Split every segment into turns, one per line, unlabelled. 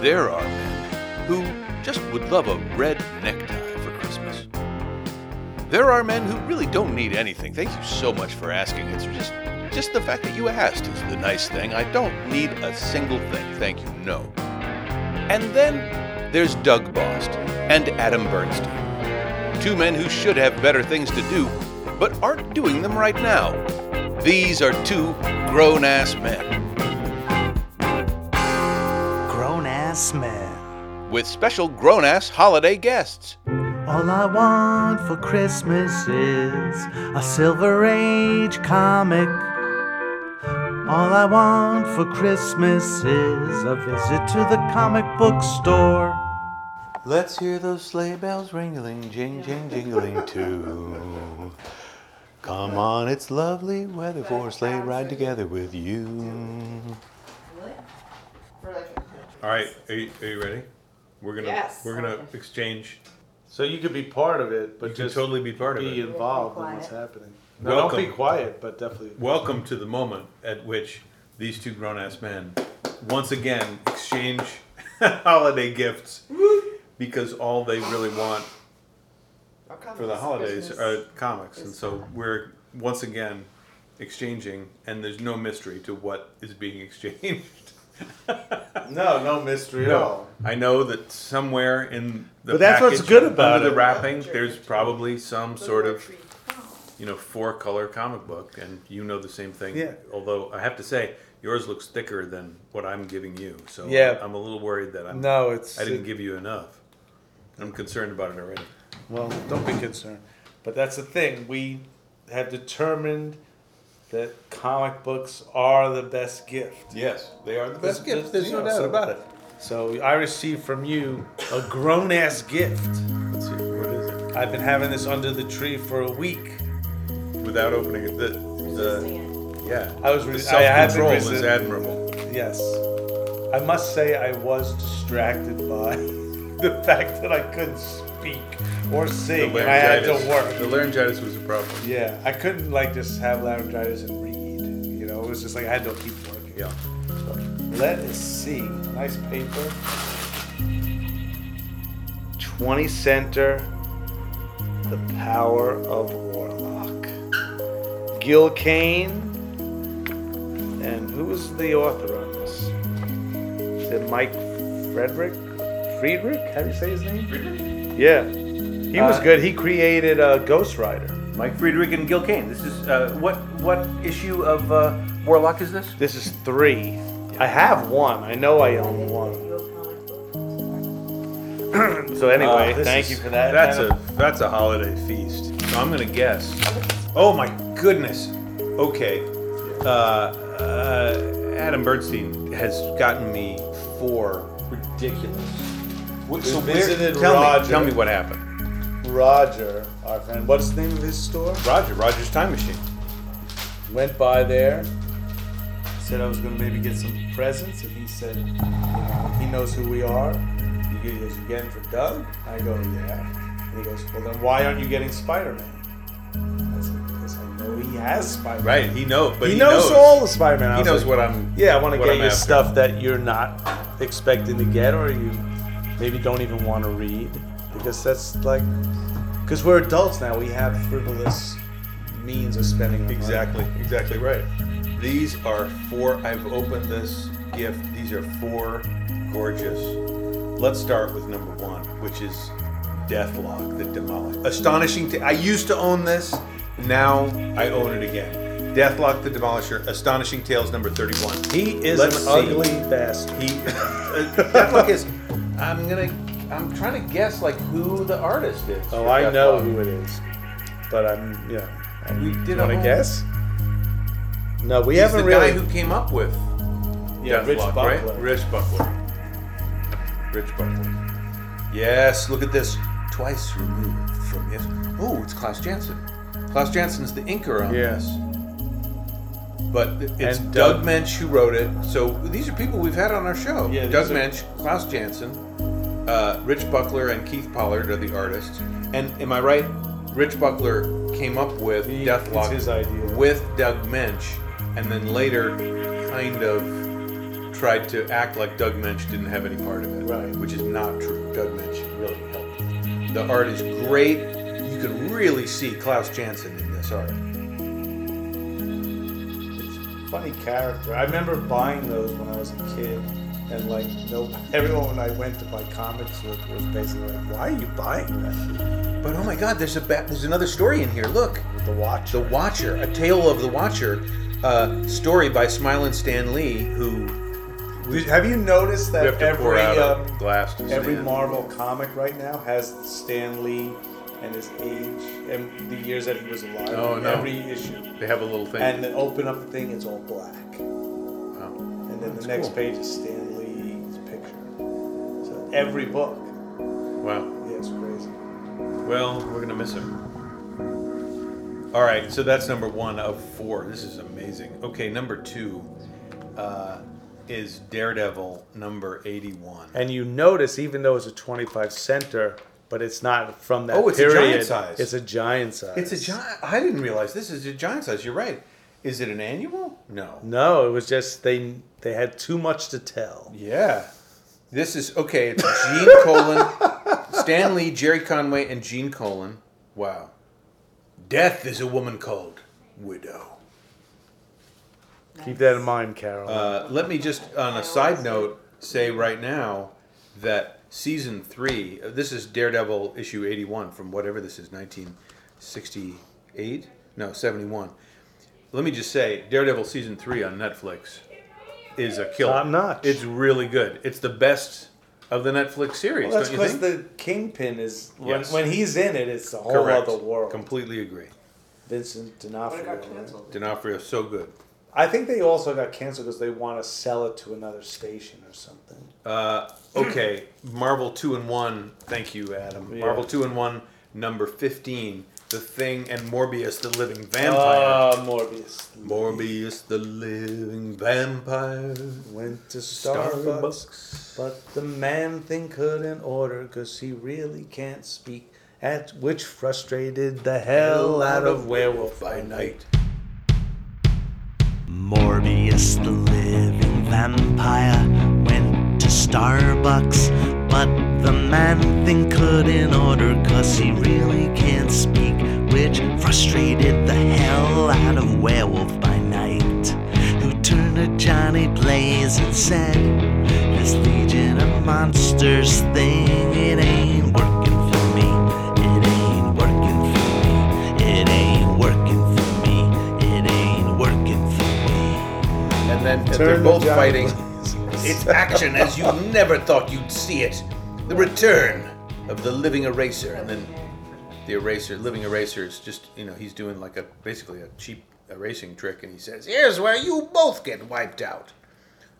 There are men who just would love a red necktie for Christmas. There are men who really don't need anything. Thank you so much for asking. It's just just the fact that you asked is the nice thing. I don't need a single thing. Thank you. No. And then there's Doug Bost and Adam Bernstein. Two men who should have better things to do, but aren't doing them right now. These are two grown ass men
Grown ass man.
with special grown ass holiday guests.
All I want for Christmas is a Silver Age comic. All I want for Christmas is a visit to the comic book store.
Let's hear those sleigh bells ringling, jing, jing, jingling too. Come on, it's lovely weather for a sleigh ride together with you.
All right, are you, are you ready? We're gonna
Yes.
we're gonna exchange.
So you could be part of it, but
You can
just
totally be part of
be
it.
involved in
Quiet.
what's happening. No, don't be
Welcome.
quiet, but definitely.
Welcome to the moment at which these two grown ass men once again exchange holiday gifts because all they really want for the holidays uh, are comics, and so we're once again exchanging, and there's no mystery to what is being exchanged.
No, no mystery at all.
I know that somewhere in the
But that's what's
package,
good about
under
it.
the wrapping, there's probably some sort of
Oh,
you know four color comic book, and you know the same thing.
Yeah.
Although I have to say, yours looks thicker than what I'm giving you, so
Yeah.
I'm a little worried that I'm
No, it's.
I didn't give you enough. I'm concerned about it already.
Well, don't be concerned. But that's the thing. We have determined that comic books are the best gift.
Yes, they are the
best gift, there's no doubt about it. So I received from you a grown ass gift.
Let's see, what is it?
I've been having this under the tree for a week.
Without opening it, the, the yeah,
I was
the
re- I
self
had been
control is
resi-
admirable.
Yes. I must say I was distracted by the fact that I couldn't speak or sing and I had to
The
work.
laryngitis was a problem.
Yeah, I couldn't like just have laryngitis and read. You know, it was just like I had to keep working.
Yeah.
Let us see. Nice paper. 20 Center, The Power of Warlock. Gil Kane, and who was the author on this? Is it Mike Frederick? Friedrich? How do you say his name? Friedrich? Yeah. He was
Uh,
good. He created uh, Ghost Rider.
Mike Friedrich and Gil Kane. This is uh, what what issue of uh, Warlock is this?
This is three. I have one. I know I own one. So anyway,
Uh, this
thank
is-
you for that.
That's
Adam.
a that's a holiday feast. So I'm gonna guess. Oh my goodness. Okay. Uh, uh, Adam Bernstein has gotten me four ridiculous. What, so where,
visited
tell me,
Roger.
tell me what happened.
Roger, our friend. What's the name of his store?
Roger, Roger's time machine.
Went by there. Said I was gonna maybe get some presents, and he said, you know, he knows who we are. He goes, "You getting for Doug?" I go, "Yeah." And he goes, "Well, then why aren't you getting Spider-Man?" I said, "Because I know he has Spider-Man.
Right, he knows, but
he,
he,
knows, all the Spider-Man." I
He
was
knows
like,
what I'm.
Yeah, I want to
what
get
I'm
you
after.
stuff that you're not expecting to get, or you maybe don't even want to read, because that's like, because we're adults now. We have frivolous means of spending. our money.
Exactly, exactly right. These are four, I've opened this gift. These are four gorgeous. Let's start with number one, which is Deathlock the Demolish. Astonishing to, I used to own this, now I own it again. Deathlock the Demolisher, Astonishing Tales number 31.
He is
Let's
an
see.
ugly bastard.
He, Deathlock is, I'm gonna, I'm trying to guess like who the artist is.
Oh,
for
I know
Deathlock.
who it is, but I'm yeah.
We did
Want
a
to
whole-
guess? No, we
He's
haven't
the
really.
guy who came up with
yeah,
Deathlock,
Rich Buckler.
Right? Rich Buckler. Rich Buckler. Yes, look at this. Twice removed from his. Oh, it's Klaus Janson. Klaus Janssen's the inker on
Yes.
this. But it's
And
Doug,
Doug-
Mensch who wrote it. So these are people we've had on our show.
Yeah,
Doug
these are-
Mensch, Klaus Janson, uh, Rich Buckler, and Keith Pollard are the artists. And am I right? Rich Buckler came up with
He-
Deathlock
it's his idea.
with Doug Mensch, and then later kind of tried to act like Doug Mensch didn't have any part of it,
Right.
which is not true. Doug Mensch really helped. The art is great. You can really see Klaus Janson in this art.
funny character. I remember buying those when I was a kid, and like no, everyone I went to buy comics with was basically like, "Why are you buying that?"
But oh my God, there's a ba- there's another story in here. Look,
The watch.
The Watcher, a tale of the Watcher, uh, story by Smiling Stan Lee, who
Did- Have you noticed
we
that
have to pour out
every um,
a glass to
every
Stan.
Marvel comic right now has Stan Lee and his age and the years that he was alive?
Oh,
in
no.
Every issue,
They have a little thing.
and then open up the thing, it's all black.
Wow.
And then
That's
the next
cool.
page is Stan Lee's picture. So every book.
Wow.
Yeah, it's crazy.
Well, we're gonna miss him. All right, so that's number one of four. This is amazing. Okay, number two uh, is Daredevil number eighty-one.
And you notice, even though it's a 25 center, but it's not from that
Oh, it's a giant
period.
size.
It's a giant size.
It's a giant. I didn't realize this is a giant size. You're right. Is it an annual? No.
No, it was just they they had too much to tell.
Yeah. This is okay. It's Gene Colan, Stan Lee, Jerry Conway, and Gene Colan. Wow. Death is a woman called widow.
Keep that in mind, Carol.
Uh, let me just, on a side note, say right now that season three. uh, This is Daredevil issue eighty-one from whatever this is, nineteen sixty-eight. No, seventy-one. Let me just say, Daredevil season three on Netflix is a killer.
Top notch.
It's really good. It's the best of the Netflix series.
well, that's
don't you
because
think?
the kingpin is when,
Yes.
when he's in it, it's a whole
Correct.
other world.
Completely agree.
Vincent
But
D'Onofrio.
it got
right?
canceled.
D'Onofrio, so good.
I think they also got canceled because they want to sell it to another station or something.
Uh, okay, Marvel two and one. Thank you, Adam.
Yeah.
Marvel two and one, number fifteen. The Thing and Morbius, the Living Vampire.
Oh, Morbius.
Morbius, the Living Vampire.
Went to Starbucks.
Starbucks.
But the man thing couldn't order 'cause he really can't speak, at which frustrated the hell out of Werewolf
by night.
Morbius, the living vampire, went to Starbucks, but the man thing couldn't order 'cause he really can't speak, which frustrated the hell out of Werewolf by Night, who turned to Johnny Blaze and said, This Legion of Monsters thing, it ain't working for me. It ain't working for me. It ain't working for me. It ain't working for me.
And then as they're
Turn
both
the job.
fighting. It's action as you never thought you'd see it. The return of the living eraser, and then the eraser, living eraser is just you know he's doing like a basically a cheap erasing trick, and he says, "Here's where you both get wiped out."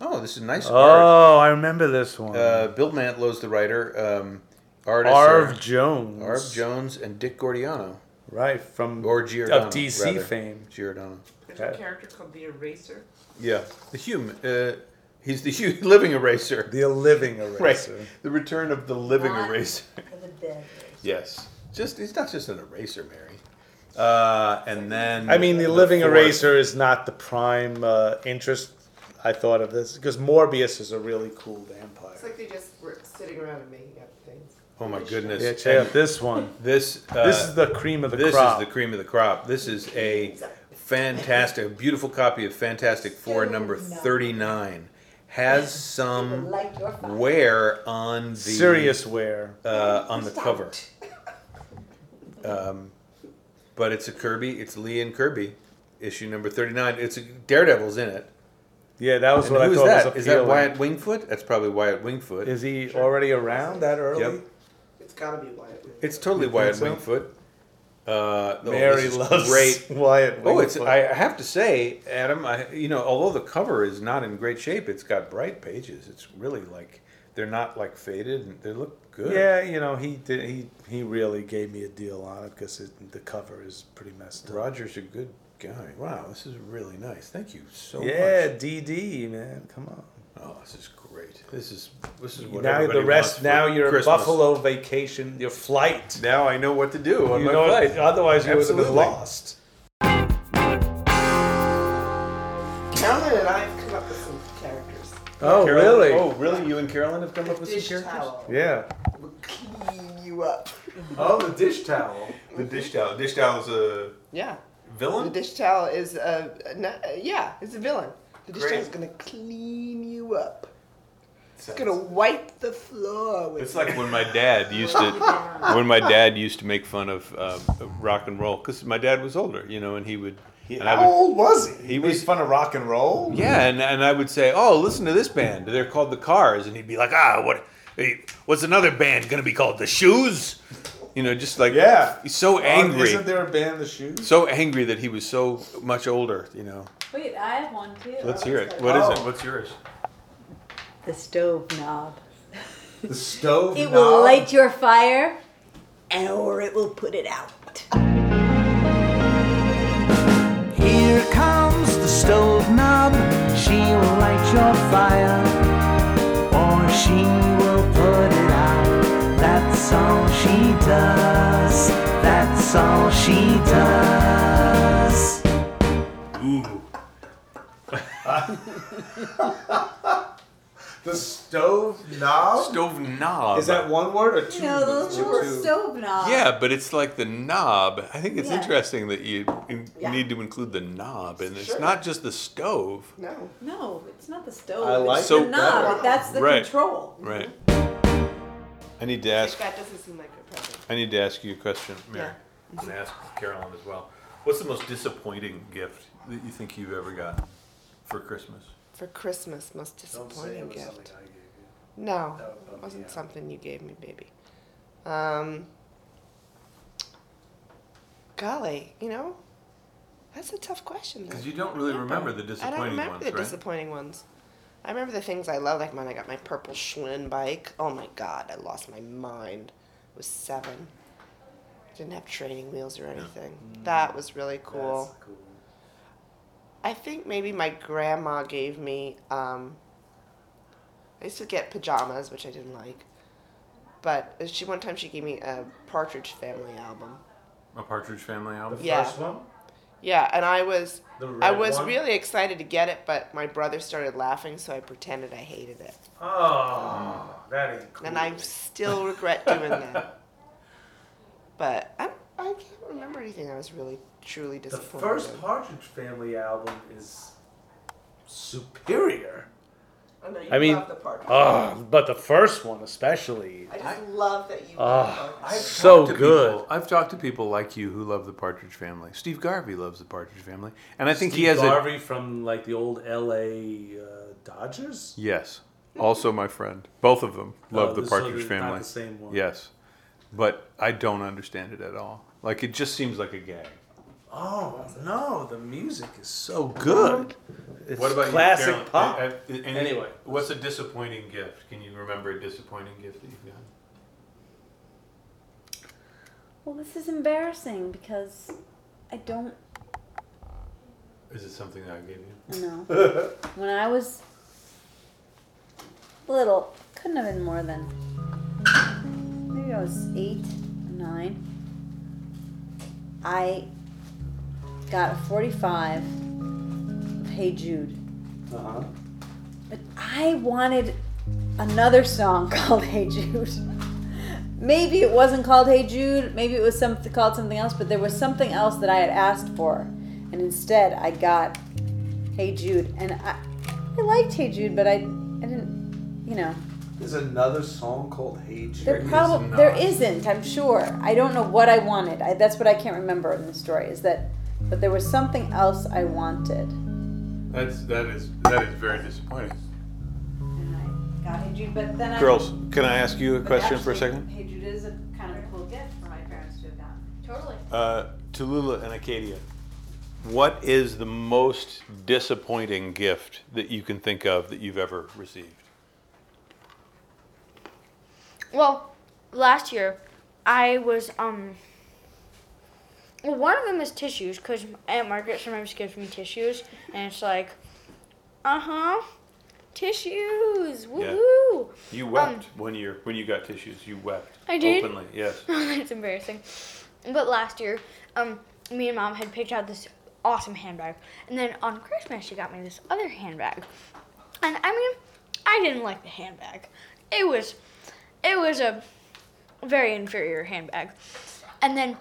Oh, this is nice art.
Oh, I remember this one.
Uh, Bill Mantlow's the writer, um, artist
Arv
are
Jones.
Arv Jones and Dick Gordiano
Right, from
or Giordano
of DC
rather.
fame.
Giordano.
There's a character called the Eraser.
Yeah, the human. Uh, he's the hu- living eraser.
The Living
Right.
Eraser.
The return of the living
Not
eraser.
For the dead.
Yes. Just it's not just an eraser, Mary. Uh, and then
I mean, The Living
fourth-
Eraser is not the prime uh, interest I thought of this because Morbius is a really cool vampire.
It's like they just were sitting around and making up things.
Oh my goodness!
yeah, check out this one.
This uh,
This is the cream of the
this
crop.
is the cream of the crop. This is a fantastic, beautiful copy of Fantastic Four number thirty nine. Has some
Light your fire.
wear on the
serious wear.
uh, on the cover. Um, but it's a Kirby. It's Lee and Kirby, issue number thirty-nine. It's a, Daredevil's in it.
Yeah, that was
And
what I
who is
thought was
that?
appealing.
Is that Wyatt Wingfoot? That's probably Wyatt Wingfoot.
Is he already around that early?
Yep.
It's gotta be Wyatt. Wing.
it's totally Wyatt
so?
Wingfoot. Uh, oh,
Mary
this is
loves
great.
Wyatt.
Oh, it's.
Wingfoot.
I I have to say, Adam. I you know, although the cover is not in great shape, it's got bright pages. It's really like they're not like faded, and they look good.
yeah, you know he did. He he really gave me a deal on it because the cover is pretty messed up.
Roger's a good guy. Wow, this is really nice. Thank you so much.
Yeah, DD man, come on.
Oh, this is great. This is this is what
now
everybody
the rest.
wants
Now
for
you're
Christmas.
a Buffalo vacation. Your flight.
Now I know what to do on
You
my
know,
flight.
Otherwise, you would have
Absolutely.
been lost.
Calvin and I have come up with some characters.
Oh,
Carolyn-
really?
Oh, really? You and Carolyn have come up with some
Dish
characters?
towel.
Yeah.
will clean you up.
Oh, the dish towel.
The dish towel. Dish towel's a
Yeah. The
villain.
dish towel is a, a na- uh, yeah, it's a villain. The dish
Great.
towel's gonna clean you up.
It's,
It's gonna wipe the floor with.
like when my dad used to. When my dad used to make fun of uh, rock and roll, because my dad was older, you know, and he would, and I
How
would,
old was he?
He
He
was-
was fun of rock and roll.
yeah, and, and I would say, oh, listen to this band. They're called the Cars, and he'd be like, ah, what? Hey, what's another band gonna be called? The Shoes? You know, just like
Yeah.
he's so angry,
Isn't there a band, The Shoes?
so angry that he was so much older. You know,
Wait, I have one too.
let's hear it. What is
Oh.
it? What's yours?
The stove knob.
The Stove
It
Knob?
will light your fire, or it will put it out.
Here comes the stove knob. She will light your fire, or she will put it out. That's all she does. That's all she does.
The Stove Knob?
Stove knob.
Oh. Is that one word or two?
No, those
or
were
two?
stove knobs.
Uh,
Yeah, but it's like the knob. I think it's
Yeah.
interesting that you in-
Yeah.
need to include the knob, and it's not just the stove.
No.
No, it's not the stove.
I like
it's
So-
the knob. That's the
Right.
control.
Mm-hmm.
Right. I need to ask.
That doesn't seem like a problem.
I need to ask you a question, Mary, and ask Carolyn as well. What's the most disappointing gift that you think you've ever gotten for Christmas?
For Christmas, most
Don't say it
disappointing
was something
gift.
I gave you.
No,
That would bum
it
me
wasn't
out.
something you gave me, baby. Um, golly, you know, that's a tough question. though.
Because you don't really remember the
I
disappointing
don't remember
ones,
the
right?
disappointing ones. I remember the things I love, like when I got my purple Schwinn bike. Oh my god, I lost my mind. I was seven. Didn't have training wheels or anything. That was really cool.
That's cool.
I think maybe my grandma gave me. Um, I used to get pajamas, which I didn't like, but she one time she gave me a Partridge Family album.
a Partridge Family album.
The
Yeah.
first one?
Yeah, and I was
The
I
red
was
one?
really excited to get it, but my brother started laughing, so I pretended I hated it,
Oh, that ain't cool.
and I still regret doing that. But I I can't remember anything I was really truly
The
disappointed.
first
in.
Partridge Family album is superior.
Oh, no, you
I mean-
love the part.
Oh, but the first one especially.
I just love that you.
Ah.
love
I've
So
talked to
good.
people- I've talked to people like you who love the Partridge Family. Steve Garvey loves the Partridge Family, and I think he
Steve
has a
Garvey from like the old L.A. Uh, Dodgers.
Yes. Also, my friend. Both of them love
Oh,
the
so they're
Partridge
not
Family.
the same one.
Yes, but I don't understand it at all. Like it just seems like a gag.
Oh no, the music is so good. It's classic
Carolyn?
pop?
I- I- any-
Anyway.
what's a disappointing gift? Can you remember a disappointing gift that you've gotten?
Well, this is embarrassing because I don't
Is it something that I gave you?
know. when I was little, couldn't have been more than maybe I was eight, nine. I got a 45 of Hey Jude.
Uh-huh.
But I wanted another song called Hey Jude. Maybe it wasn't called Hey Jude, maybe it was something called something else, but there was something else that I had asked for. And instead I got Hey Jude. And I, I liked Hey Jude, but I, I didn't, you know.
There's another song called Hey Jude.
There probably there isn't. I'm sure. I don't know what I wanted. I, that's what I can't remember in the story. Is that, but there was something else I wanted.
That's that is that is very disappointing.
And I got Hey Jude, but then I
Girls, can I ask you a
But
question for a
actually,
second?
Hey Jude is a kind of cool gift for my parents to have gotten. Totally.
Uh, Tulula and Acadia, what is the most disappointing gift that you can think of that you've ever received?
Well, last year, I was um. Well, one of them is tissues because Aunt Margaret sometimes gives me tissues, and it's like, uh huh, tissues, woohoo!
You wept when you when you got tissues. You wept.
Um, I did?
openly. Yes.
That's embarrassing. But last year, um, me and mom had picked out this awesome handbag, and then on Christmas she got me this other handbag, and I mean, I didn't like the handbag. It was, it was a very inferior handbag. And then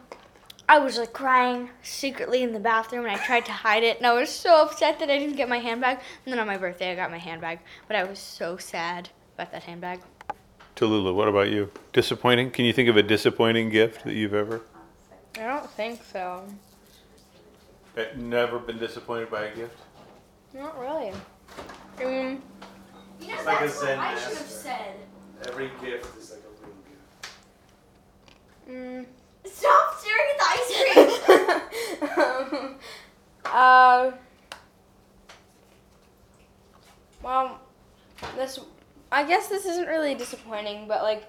I was like crying secretly in the bathroom, and I tried to hide it, and I was so upset that I didn't get my handbag. And then on my birthday, I got my handbag, but I was so sad about that handbag.
Tallulah, what about you? Disappointing? Can you think of a disappointing gift that you've ever?
I don't think so.
Never been disappointed by a gift?
Not really. Mm, I mean,
You know,
like a
that's what
Zen
I should have
master.
said.
Every gift is like a little gift.
mm,
Stop staring at the ice Um, cream.
um, uh,
well, this, I guess this isn't really disappointing, but like,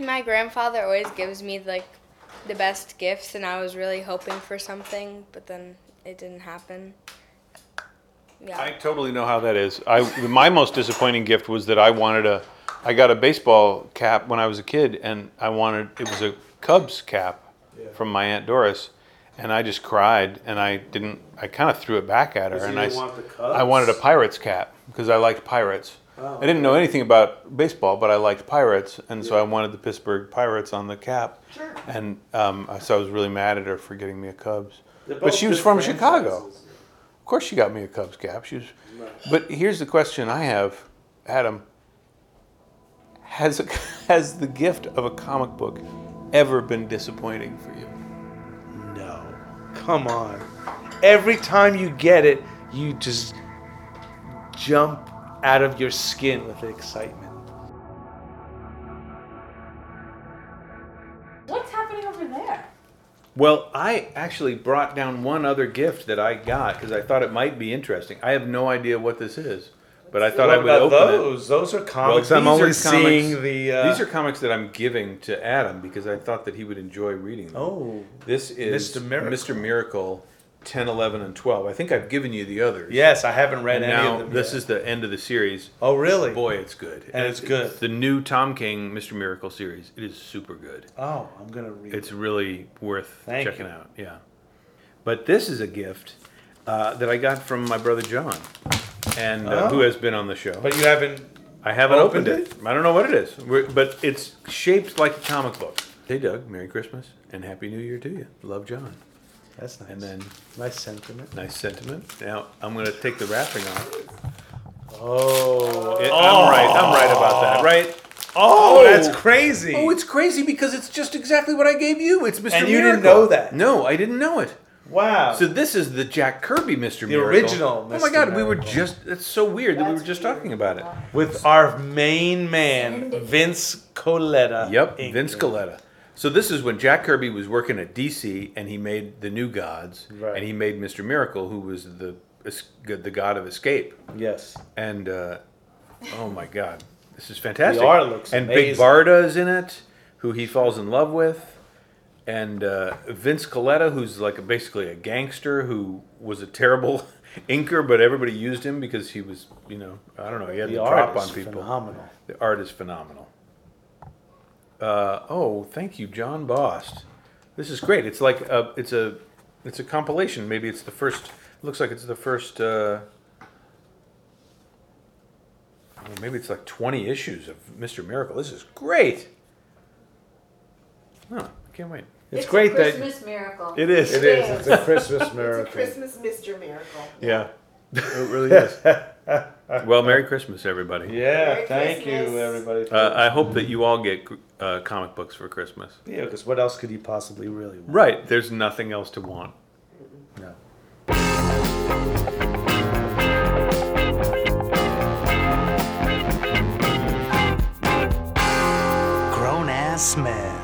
my grandfather always gives me like the best gifts, and I was really hoping for something, but then it didn't happen. Yeah.
I totally know how that is. I my most disappointing gift was that I wanted a I got a baseball cap when I was a kid and I wanted it was a Cubs cap from my aunt Doris and I just cried and I didn't I kind of threw it back at her
So you
and I
didn't
s-
want the
I wanted a
Cubs?
Pirates cap because I liked Pirates.
Oh,
I didn't know anything about baseball, but I liked Pirates, and so I wanted the Pittsburgh Pirates on the cap. Sure. And um, so I was really mad at her for getting me a Cubs.
They're
But
both
she was
good
from Chicago.
franchises.
Of course, she got me a Cubs cap. She was, but here's the question I have, Adam. Has a, has the gift of a comic book ever been disappointing for you?
No. Come on. Every time you get it, you just jump out of your skin with excitement.
What's happening over there?
Well, I actually brought down one other gift that I got because I thought it might be interesting. I have no idea what this is, but I thought I
What
would
about
open it.
those? Those are
Well,
comics.
'cause I'm
These
only
are seeing
comics-
the, uh,
these are comics that I'm giving to Adam because I thought that he would enjoy reading them.
Oh.
this is
Mr. Miracle.
Mr. Miracle, 10, 11, and 12. I think I've given you the others.
Yes, I haven't read
And
any
now
of them.
this
yet.
is the end of the series.
Oh, really?
Boy, it's good.
And it's good.
the new Tom King Mr. Miracle series. It is super good.
Oh, I'm gonna read.
It's really worth
Thank
checking
you.
out. Yeah. But this is a gift uh, that I got from my brother John, and uh, who
Oh.
has been on the show.
But you haven't.
I haven't opened,
Opened
it. I don't know what it is, We're, but it's shaped like a comic book. Hey, Doug, Merry Christmas and Happy New Year to you. Love, John.
That's nice.
And then,
nice sentiment.
nice sentiment. Now, I'm going to take the wrapping off.
Oh.
It- I'm right. I'm right about that, right?
Oh, that's crazy.
Oh, it's crazy because it's just exactly what I gave you. It's Mr.
And you didn't
Miracle.
know that.
No, I didn't know it.
wow.
So this is the Jack Kirby Mr. The
original
Oh my
Mr.
God, we were
Miracle.
just. It's so weird that we were just talking about it.
with our main man, Vince Coletta.
Yep,
Inc.
Vince Coletta. So this is when Jack Kirby was working at DC, and he made the New Gods,
Right.
and he made Mr. Miracle, who was the es- the god of escape.
Yes.
And uh, oh my God, this is fantastic.
The art looks
and Big
amazing.
Barda is in it, who he falls in love with, and uh, Vince Coletta, who's like a, basically a gangster who was a terrible inker, but everybody used him because he was, you know, I don't know, he had
The
the,
art
drop
is
on people.
phenomenal.
The art is phenomenal. Uh, oh, thank you, John Bost. This is great. It's like a, it's a, it's a compilation. Maybe it's the first. Looks like it's the first. Uh, oh, maybe it's like twenty issues of Mister Miracle. This is great. Huh, I can't wait.
It's, great
a
that
Christmas miracle.
it is.
It is.
It's a Christmas
It's a
miracle.
Christmas Mr. Miracle.
Yeah, it really is. well, Merry Christmas, everybody.
Yeah,
Merry
thank you,
Christmas.
everybody. for-
Uh, I hope that you all get uh, comic books for Christmas.
yeah, because what else could you possibly really want?
Right. There's nothing else to want.
No.
Grown ass men.